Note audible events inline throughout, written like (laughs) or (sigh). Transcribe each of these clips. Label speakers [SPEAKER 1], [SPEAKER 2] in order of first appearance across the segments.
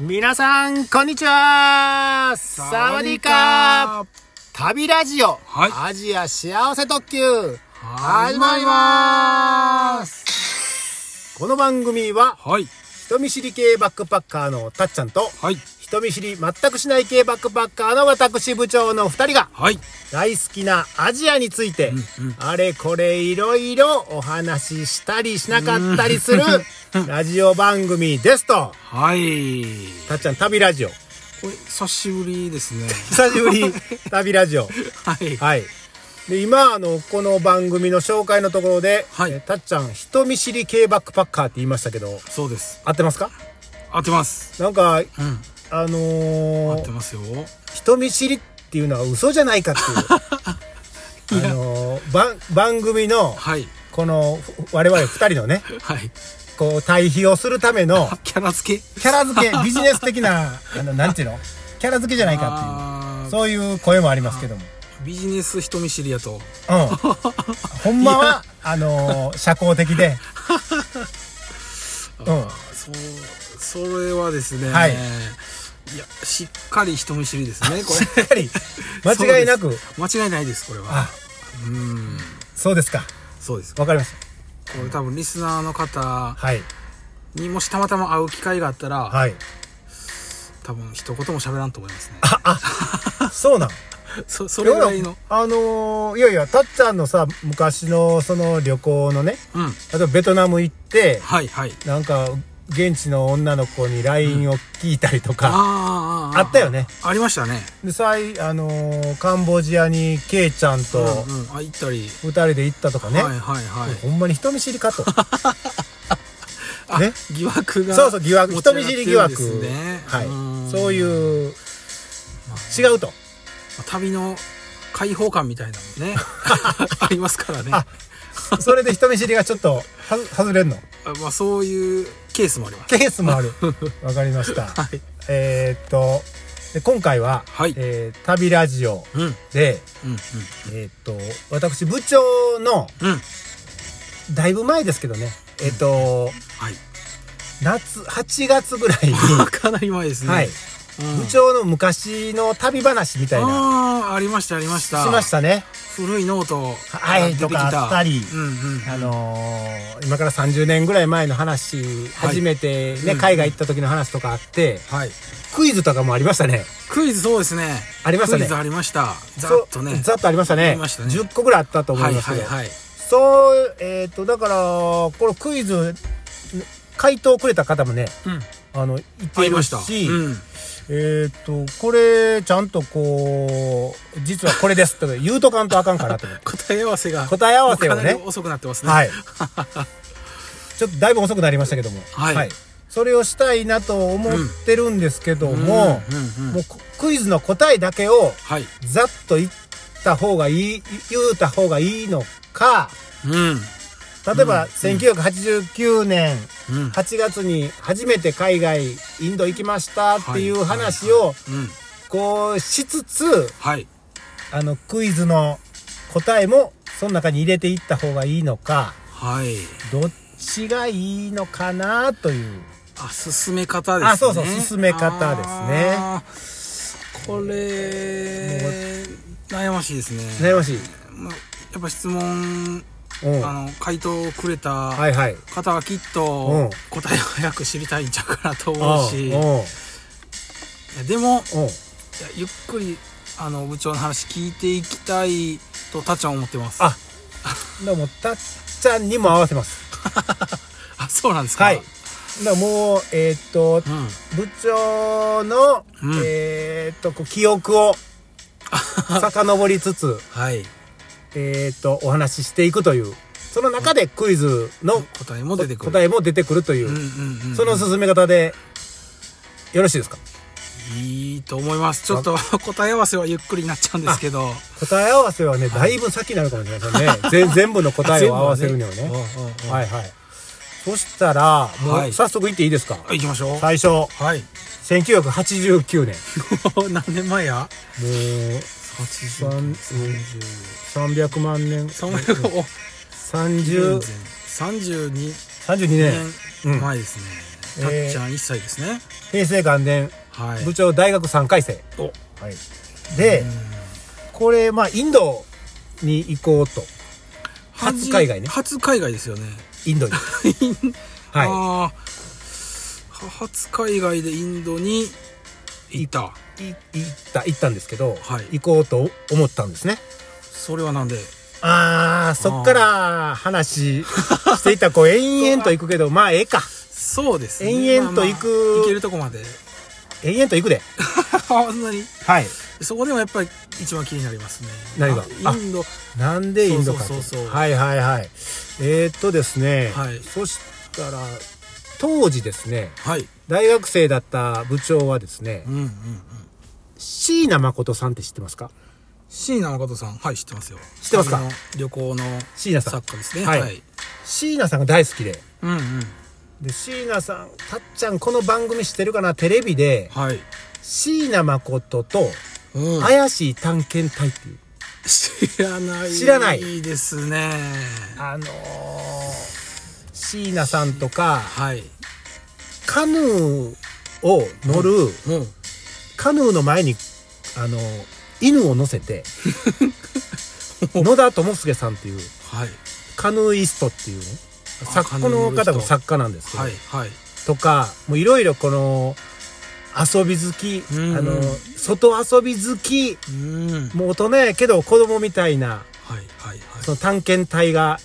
[SPEAKER 1] 皆さん、こんにちはサワディーカー旅ラジオ、
[SPEAKER 2] はい
[SPEAKER 1] アジア幸せ特急始
[SPEAKER 2] 始
[SPEAKER 1] ま
[SPEAKER 2] ま
[SPEAKER 1] り
[SPEAKER 2] り
[SPEAKER 1] ま
[SPEAKER 2] ます
[SPEAKER 1] この番組は、
[SPEAKER 2] はい
[SPEAKER 1] 人見知り系バックパッカーのたっちゃんと、
[SPEAKER 2] はい
[SPEAKER 1] 人見知り全くしない系バックパッカーの私部長の二人が、
[SPEAKER 2] はい
[SPEAKER 1] 大好きなアジアについて、
[SPEAKER 2] うんうん
[SPEAKER 1] あれこれいろいろお話ししたりしなかったりする、ラジオ番組ですと。
[SPEAKER 2] はい
[SPEAKER 1] たっちゃん、旅ラジオ。
[SPEAKER 2] これ久しぶりですね
[SPEAKER 1] 久しぶり、 (laughs) 旅ラジオ。
[SPEAKER 2] (laughs) はい
[SPEAKER 1] はい。で、今、あの、この番組の紹介のところで、
[SPEAKER 2] はい
[SPEAKER 1] えたっちゃん、人見知り系バックパッカーって言いましたけど、
[SPEAKER 2] そうです
[SPEAKER 1] 合ってますか
[SPEAKER 2] 合ってます
[SPEAKER 1] なんか、
[SPEAKER 2] うん
[SPEAKER 1] あの
[SPEAKER 2] 合
[SPEAKER 1] ー
[SPEAKER 2] ってますよ
[SPEAKER 1] 人見知りっていうのは嘘じゃないかっていう。
[SPEAKER 2] (laughs)
[SPEAKER 1] あのー番番組の、
[SPEAKER 2] はい
[SPEAKER 1] この、ふ我々二人のね、
[SPEAKER 2] はい
[SPEAKER 1] こう、対比をするための、
[SPEAKER 2] キャラ付け
[SPEAKER 1] キャラ付け、ビジネス的な、あの、なんていうのキャラ付けじゃないかってい
[SPEAKER 2] あ
[SPEAKER 1] う、
[SPEAKER 2] ー
[SPEAKER 1] そういう声もありますけども。
[SPEAKER 2] ビジネス人見知りやと
[SPEAKER 1] うん。ほんまは、あのー社交的
[SPEAKER 2] (laughs)
[SPEAKER 1] で。うん。
[SPEAKER 2] そうそれはですね
[SPEAKER 1] はい
[SPEAKER 2] いやしっかり人見知りですねこ
[SPEAKER 1] やはり、
[SPEAKER 2] (laughs) れ
[SPEAKER 1] 間違いな
[SPEAKER 2] そ
[SPEAKER 1] く
[SPEAKER 2] うで。す間違いないですこれは
[SPEAKER 1] あ、
[SPEAKER 2] うん
[SPEAKER 1] そうですか。
[SPEAKER 2] そうですこ
[SPEAKER 1] わかりました。
[SPEAKER 2] れ多分リスナーの方
[SPEAKER 1] はい。
[SPEAKER 2] にもしたまたま会う機会があったら、
[SPEAKER 1] はい。
[SPEAKER 2] 多分一言も喋らんと思いますね
[SPEAKER 1] そう
[SPEAKER 2] (laughs)
[SPEAKER 1] なん。
[SPEAKER 2] そそれぐらいの
[SPEAKER 1] あのーいやいや、たっちゃんのさ、昔のその旅行のね、
[SPEAKER 2] うん
[SPEAKER 1] 例えばベトナム行って、
[SPEAKER 2] はいはい
[SPEAKER 1] なんか、現地の女の子に LINE を聞いたりとか、
[SPEAKER 2] あーー
[SPEAKER 1] あ
[SPEAKER 2] ー
[SPEAKER 1] ったよね。
[SPEAKER 2] ありましたね
[SPEAKER 1] で、さい、あのーカンボジアにケイちゃん
[SPEAKER 2] う
[SPEAKER 1] と
[SPEAKER 2] んうんあ行ったり、
[SPEAKER 1] 二人で行ったとかね。
[SPEAKER 2] はいはいはい、
[SPEAKER 1] ほんまに人見知りか
[SPEAKER 2] (laughs)
[SPEAKER 1] と。
[SPEAKER 2] あ
[SPEAKER 1] ね
[SPEAKER 2] 疑惑が
[SPEAKER 1] そうそう、疑惑、
[SPEAKER 2] 持ち
[SPEAKER 1] 人
[SPEAKER 2] 上
[SPEAKER 1] 見
[SPEAKER 2] がって
[SPEAKER 1] 知
[SPEAKER 2] る
[SPEAKER 1] り
[SPEAKER 2] ん
[SPEAKER 1] 疑惑。
[SPEAKER 2] ですね
[SPEAKER 1] はい。
[SPEAKER 2] ん
[SPEAKER 1] そういう、違う
[SPEAKER 2] (laughs)
[SPEAKER 1] と。
[SPEAKER 2] 旅の開放感みたいな
[SPEAKER 1] (laughs)
[SPEAKER 2] のねありますからね
[SPEAKER 1] あそれで人見知りがちょっとはず外れんの
[SPEAKER 2] まあ、そういうケースもあります
[SPEAKER 1] ケース
[SPEAKER 2] (laughs)
[SPEAKER 1] もあるわかりました、
[SPEAKER 2] はい
[SPEAKER 1] えーっとで今回は、
[SPEAKER 2] はい
[SPEAKER 1] えー旅ラジオ
[SPEAKER 2] うんうん
[SPEAKER 1] で、
[SPEAKER 2] うん
[SPEAKER 1] えーっと私部長の
[SPEAKER 2] うん
[SPEAKER 1] だいぶ前ですけどねえーっと
[SPEAKER 2] はい
[SPEAKER 1] 夏8月ぐら
[SPEAKER 2] (laughs)
[SPEAKER 1] いに、
[SPEAKER 2] かなり前ですね
[SPEAKER 1] はい、
[SPEAKER 2] うん
[SPEAKER 1] 部長の昔の旅話みたいな
[SPEAKER 2] ああありましたありまし
[SPEAKER 1] したましたね
[SPEAKER 2] 古いノート
[SPEAKER 1] はい
[SPEAKER 2] 出て
[SPEAKER 1] と
[SPEAKER 2] き
[SPEAKER 1] かあったり
[SPEAKER 2] うんうん
[SPEAKER 1] あのー今から30年ぐらい前の話、
[SPEAKER 2] はい
[SPEAKER 1] 初めてね、
[SPEAKER 2] うん
[SPEAKER 1] 海外行った時の話とかあって
[SPEAKER 2] はい
[SPEAKER 1] クイズとかもありましたね
[SPEAKER 2] クイズそうですね
[SPEAKER 1] ありましたね
[SPEAKER 2] クイズありましたざ
[SPEAKER 1] そう
[SPEAKER 2] っとね
[SPEAKER 1] ざっとありましたね。
[SPEAKER 2] ありましたね
[SPEAKER 1] 10個ぐらいあったと思
[SPEAKER 2] はいい
[SPEAKER 1] ます
[SPEAKER 2] は
[SPEAKER 1] け
[SPEAKER 2] い
[SPEAKER 1] ど。
[SPEAKER 2] はい
[SPEAKER 1] そう、えっ、と、だから、このクイズ、回答くれた方もね、
[SPEAKER 2] うん
[SPEAKER 1] あの、い
[SPEAKER 2] あ
[SPEAKER 1] てい
[SPEAKER 2] りま
[SPEAKER 1] る
[SPEAKER 2] した
[SPEAKER 1] し、
[SPEAKER 2] うん
[SPEAKER 1] えっ、と、これ、ちゃんとこう、実はこれですとか言うとかんとあかんかなと思って
[SPEAKER 2] 答え合わせが
[SPEAKER 1] 答え合わせを
[SPEAKER 2] もうかなり
[SPEAKER 1] ね、
[SPEAKER 2] 遅くなってますね
[SPEAKER 1] はい。ちょっとだいぶ遅くなりましたけども、
[SPEAKER 2] はい
[SPEAKER 1] それをしたいなと思ってるんですけど
[SPEAKER 2] うん
[SPEAKER 1] も、
[SPEAKER 2] うんうん
[SPEAKER 1] もうクイズの答えだけを、
[SPEAKER 2] はい
[SPEAKER 1] ざっと言った方がいい、言うた方がいいのか、
[SPEAKER 2] うん
[SPEAKER 1] 例えば1989年
[SPEAKER 2] うん
[SPEAKER 1] 8月に初めて海外、インド行きましたっていう話を、
[SPEAKER 2] うん
[SPEAKER 1] こうしつつ、
[SPEAKER 2] はい
[SPEAKER 1] あの、クイズの答えも、その中に入れていった方がいいのか、
[SPEAKER 2] はい
[SPEAKER 1] どっちがいいのかなという。
[SPEAKER 2] あ進め方ですね
[SPEAKER 1] あそうそう進め方ですね
[SPEAKER 2] あーこれ悩ましいですね
[SPEAKER 1] 悩ましい。
[SPEAKER 2] まあやっぱ質問
[SPEAKER 1] うん。は
[SPEAKER 2] あの回答をくれた
[SPEAKER 1] いはい。
[SPEAKER 2] 方はきっ
[SPEAKER 1] うん
[SPEAKER 2] と答えを早く知りたいんちゃうかなと思うし
[SPEAKER 1] うん。
[SPEAKER 2] いうや
[SPEAKER 1] ん。
[SPEAKER 2] でもい
[SPEAKER 1] う
[SPEAKER 2] や
[SPEAKER 1] ん
[SPEAKER 2] ゆっくりあの部長の話聞いていきたいとたっちゃんは思ってます
[SPEAKER 1] あでも、たっちゃんにも合わせます。
[SPEAKER 2] あそうなんですか
[SPEAKER 1] はい。だからもう、えーっと、
[SPEAKER 2] うん
[SPEAKER 1] 部長の、
[SPEAKER 2] うん
[SPEAKER 1] えーっとこう記憶を遡りつ
[SPEAKER 2] (laughs)
[SPEAKER 1] つ
[SPEAKER 2] はい
[SPEAKER 1] えーっとお話ししていくというその中でクイズの
[SPEAKER 2] 答えも出てくる
[SPEAKER 1] 答
[SPEAKER 2] え
[SPEAKER 1] えも出てくるという、
[SPEAKER 2] うんうんうん
[SPEAKER 1] その進め方でよろしいですか
[SPEAKER 2] いいと思いますちょっと答え合わせはゆっくりになっちゃうんですけど
[SPEAKER 1] 答え合わせはねだいぶ先になるかもしれませんね全全部の答えを合わせるにはね
[SPEAKER 2] 全部うんうんうん
[SPEAKER 1] はいはいそしたらも
[SPEAKER 2] は
[SPEAKER 1] う
[SPEAKER 2] い
[SPEAKER 1] 早速いっていいですか、
[SPEAKER 2] 行きましょう
[SPEAKER 1] 最初
[SPEAKER 2] はい (laughs)
[SPEAKER 1] 1989年
[SPEAKER 2] 何年前や
[SPEAKER 1] もう
[SPEAKER 2] 80
[SPEAKER 1] 三300万年
[SPEAKER 2] その辺がお
[SPEAKER 1] 30
[SPEAKER 2] 32
[SPEAKER 1] 32年
[SPEAKER 2] 年前ですね、たっちゃん1歳ですね。
[SPEAKER 1] 平成元年
[SPEAKER 2] はい。
[SPEAKER 1] 部長大学3回生、
[SPEAKER 2] お
[SPEAKER 1] はい、で、これまあインドに行こうと初海外ね
[SPEAKER 2] 初海外ですよね。
[SPEAKER 1] イン
[SPEAKER 2] (laughs)
[SPEAKER 1] ドには
[SPEAKER 2] あーは初海外でインドに行った
[SPEAKER 1] いい行った行ったんですけど、
[SPEAKER 2] はい
[SPEAKER 1] 行こうと思ったんですね
[SPEAKER 2] それはなんで
[SPEAKER 1] あーそっから話していったこう延々と行くけどまあええか
[SPEAKER 2] そうですね
[SPEAKER 1] 延々と行く
[SPEAKER 2] まあまあ行けるとこまで (laughs)
[SPEAKER 1] 延々と行くで
[SPEAKER 2] あんなに
[SPEAKER 1] はい
[SPEAKER 2] そこでもやっぱり一番気になりますね
[SPEAKER 1] 何が
[SPEAKER 2] あインド
[SPEAKER 1] なんでインドかと
[SPEAKER 2] そうそうそうそう
[SPEAKER 1] はいはいはいえー、っとですね、
[SPEAKER 2] はい
[SPEAKER 1] そしたら当時ですね
[SPEAKER 2] はい
[SPEAKER 1] 大学生だった部長はですね
[SPEAKER 2] うんうんうん
[SPEAKER 1] 椎名誠さんって知ってますか
[SPEAKER 2] 椎名誠さんはい知ってますよ
[SPEAKER 1] 知ってますか
[SPEAKER 2] 旅の旅行の
[SPEAKER 1] 椎名さん
[SPEAKER 2] 作家ですね
[SPEAKER 1] は
[SPEAKER 2] はいい、
[SPEAKER 1] 椎名さんが大好きで
[SPEAKER 2] うんうん
[SPEAKER 1] で椎名さんたっちゃんこの番組知ってるかなテレビで
[SPEAKER 2] はい、
[SPEAKER 1] 椎名誠と
[SPEAKER 2] うん
[SPEAKER 1] 怪しい探検隊っていう、
[SPEAKER 2] 知らない
[SPEAKER 1] 知らない
[SPEAKER 2] いいですね
[SPEAKER 1] あのー、椎名さんとか
[SPEAKER 2] はい
[SPEAKER 1] カヌーを乗る、
[SPEAKER 2] うん
[SPEAKER 1] カヌーの前にあの犬を乗せ
[SPEAKER 2] (laughs)
[SPEAKER 1] て野田智介さんっていう
[SPEAKER 2] はい
[SPEAKER 1] カヌーイストっていうね
[SPEAKER 2] あ
[SPEAKER 1] 作この
[SPEAKER 2] カヌーイス
[SPEAKER 1] 方
[SPEAKER 2] ト
[SPEAKER 1] も作家なんですけど、
[SPEAKER 2] はいはい
[SPEAKER 1] とかもういろいろこの遊び好き、
[SPEAKER 2] うんうん
[SPEAKER 1] あの外遊び好き
[SPEAKER 2] うん
[SPEAKER 1] もう大人やけど子供みたいな
[SPEAKER 2] はいはいはい
[SPEAKER 1] その探検隊が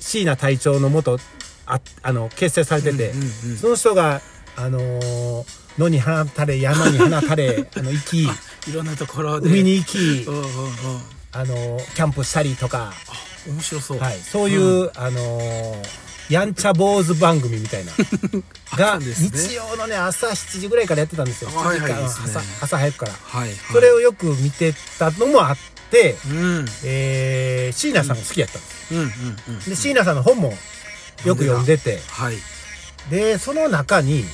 [SPEAKER 1] し椎名隊長のもとああの結成されてて、
[SPEAKER 2] うんうんうん
[SPEAKER 1] その人があのー野に放たれ山に放た
[SPEAKER 2] (laughs)
[SPEAKER 1] れあの行き
[SPEAKER 2] いろんなところで
[SPEAKER 1] 海に行き
[SPEAKER 2] うんうんうん
[SPEAKER 1] あのーキャンプしたりとか、
[SPEAKER 2] あ面白そう、
[SPEAKER 1] はい、そういう、あのーやんちゃ坊主番組みたいな
[SPEAKER 2] (laughs) あった
[SPEAKER 1] が、
[SPEAKER 2] んですね
[SPEAKER 1] 日曜のね朝7時ぐらいからやってたんですよ
[SPEAKER 2] あはいはい
[SPEAKER 1] 7時から
[SPEAKER 2] いいですね
[SPEAKER 1] 朝朝早くから、
[SPEAKER 2] はいはい
[SPEAKER 1] それをよく見てたのもあって、
[SPEAKER 2] うんうん
[SPEAKER 1] えー、椎名さんが好きやったんです、
[SPEAKER 2] うんうん
[SPEAKER 1] で椎名さんの本もよく読んでて
[SPEAKER 2] はい、うん、
[SPEAKER 1] でその中に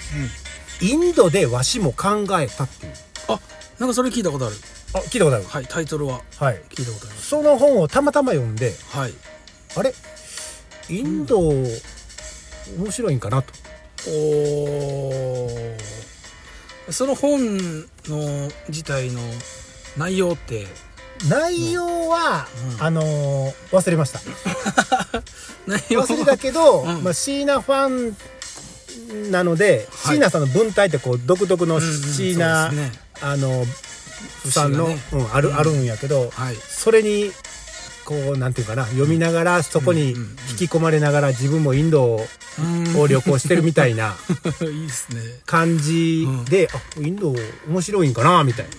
[SPEAKER 1] インドでわしも考えたっていう
[SPEAKER 2] あなんかそれ聞いたことある
[SPEAKER 1] あ聞いたことある
[SPEAKER 2] はいタイトルは
[SPEAKER 1] はい
[SPEAKER 2] 聞いたことあります
[SPEAKER 1] その本をたまたま読んで
[SPEAKER 2] はい
[SPEAKER 1] あれインド、面白いんかなと
[SPEAKER 2] おーその本の自体の内容って
[SPEAKER 1] 内容は、
[SPEAKER 2] うん
[SPEAKER 1] あのー忘れま
[SPEAKER 2] (laughs)
[SPEAKER 1] した
[SPEAKER 2] 内容
[SPEAKER 1] 忘れたけど、
[SPEAKER 2] うん
[SPEAKER 1] まあ、椎名ファンなので、
[SPEAKER 2] はい
[SPEAKER 1] 椎名さんの文体ってこう独特の
[SPEAKER 2] うんうん
[SPEAKER 1] 椎名、
[SPEAKER 2] そうですね
[SPEAKER 1] あのさんの、
[SPEAKER 2] 節が
[SPEAKER 1] う
[SPEAKER 2] ね
[SPEAKER 1] ん、ある、
[SPEAKER 2] うん
[SPEAKER 1] あるんやけど、
[SPEAKER 2] はい
[SPEAKER 1] それにこうなんていうかな読みながらそこに
[SPEAKER 2] うんうんうん
[SPEAKER 1] 引き込まれながら自分もインドを
[SPEAKER 2] うん
[SPEAKER 1] を旅行してるみたいな
[SPEAKER 2] (laughs) いいですね
[SPEAKER 1] 感じで、あインド面白いんかなみたいな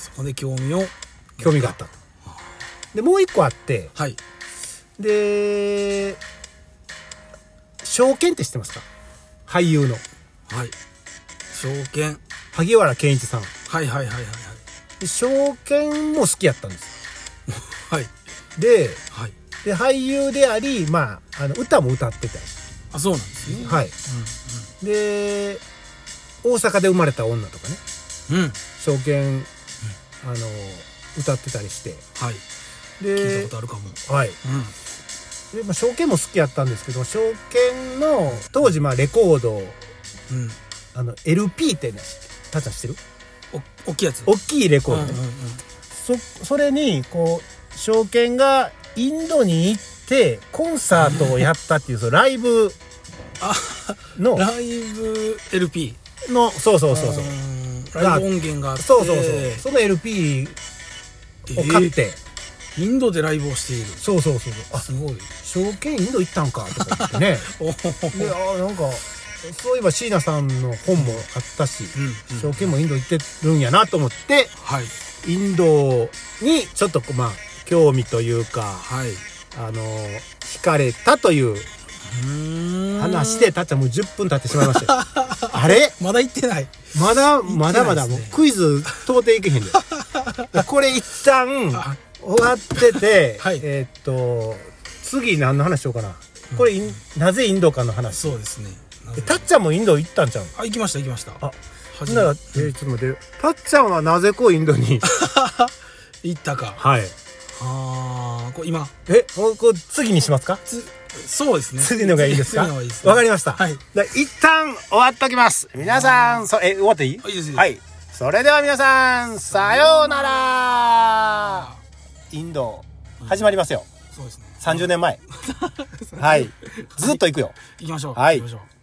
[SPEAKER 2] そこで興味を
[SPEAKER 1] 興味があった。でもう一個あって
[SPEAKER 2] はい
[SPEAKER 1] で証券って知ってますか俳優の
[SPEAKER 2] はい証券
[SPEAKER 1] 萩原健一さん
[SPEAKER 2] はいはいはいはい
[SPEAKER 1] で証券も好きやったんです
[SPEAKER 2] はいはい
[SPEAKER 1] で
[SPEAKER 2] はい
[SPEAKER 1] で俳優であり、まあ、あの歌も歌ってた
[SPEAKER 2] あそうなんですね
[SPEAKER 1] はいで大阪で生まれた女とかね
[SPEAKER 2] うん、うんうん、
[SPEAKER 1] 証券あの歌ってたりして
[SPEAKER 2] はい聞い
[SPEAKER 1] で
[SPEAKER 2] たことあるかも、
[SPEAKER 1] はい
[SPEAKER 2] うん
[SPEAKER 1] で、まあ、証券も好きやったんですけど証券の当時まあレコード
[SPEAKER 2] うん
[SPEAKER 1] あの LP ってねたちゃん知ってる
[SPEAKER 2] お大きいやつ
[SPEAKER 1] 大きいレコードね、
[SPEAKER 2] うんうんうん
[SPEAKER 1] そそれにこう証券がインドに行ってコンサートをやったっていうそのライブ
[SPEAKER 2] あ
[SPEAKER 1] の
[SPEAKER 2] ライブ LP
[SPEAKER 1] のそうそうそうそう
[SPEAKER 2] うんライブ音源があって
[SPEAKER 1] そうそうそうその LP を買って、
[SPEAKER 2] えーインドでライブをしている
[SPEAKER 1] そうそうそうそうあ
[SPEAKER 2] すごい
[SPEAKER 1] 証券インド行ったんかとか言ってね
[SPEAKER 2] (laughs) おー
[SPEAKER 1] であーなんかそういえば椎名さんの本もあったし、
[SPEAKER 2] うんうん
[SPEAKER 1] 証券もインド行ってるんやなと思って
[SPEAKER 2] はい
[SPEAKER 1] インドにちょっとこうまあ興味というか
[SPEAKER 2] はい
[SPEAKER 1] あの惹かれたという話しててたっちゃんもう10分経ってしまいま (laughs) したよあれ
[SPEAKER 2] まだ行ってない
[SPEAKER 1] まだ
[SPEAKER 2] ってないですね
[SPEAKER 1] まだまだもうクイズ到底いけへん (laughs) でこれ一旦
[SPEAKER 2] あ
[SPEAKER 1] 終わって (laughs) て、
[SPEAKER 2] はい
[SPEAKER 1] えーっと次何の話しようかなこれイン、なぜインドかの話
[SPEAKER 2] そうですねなぜ
[SPEAKER 1] えたっちゃんもインド行ったんちゃう
[SPEAKER 2] あ行きました行きました
[SPEAKER 1] あほ
[SPEAKER 2] 初
[SPEAKER 1] ん
[SPEAKER 2] め
[SPEAKER 1] なら、えーちょっと待ってたっちゃんはなぜこうインド (laughs) に
[SPEAKER 2] 行ったか
[SPEAKER 1] はい
[SPEAKER 2] ああこれ今
[SPEAKER 1] えもうこれ次にしますか
[SPEAKER 2] つそうですね
[SPEAKER 1] 次のがいいですか
[SPEAKER 2] 次のがいいですね
[SPEAKER 1] わかりました。
[SPEAKER 2] はい
[SPEAKER 1] で一旦終わっときます。皆さん、そ、え、終わっていい
[SPEAKER 2] あいいですいいです
[SPEAKER 1] はい。それでは皆さん、さようならインド、始まりますよ。
[SPEAKER 2] そうですね
[SPEAKER 1] 30年前。はい。ずっと行くよ。
[SPEAKER 2] 行きましょう
[SPEAKER 1] はい
[SPEAKER 2] 行きましょう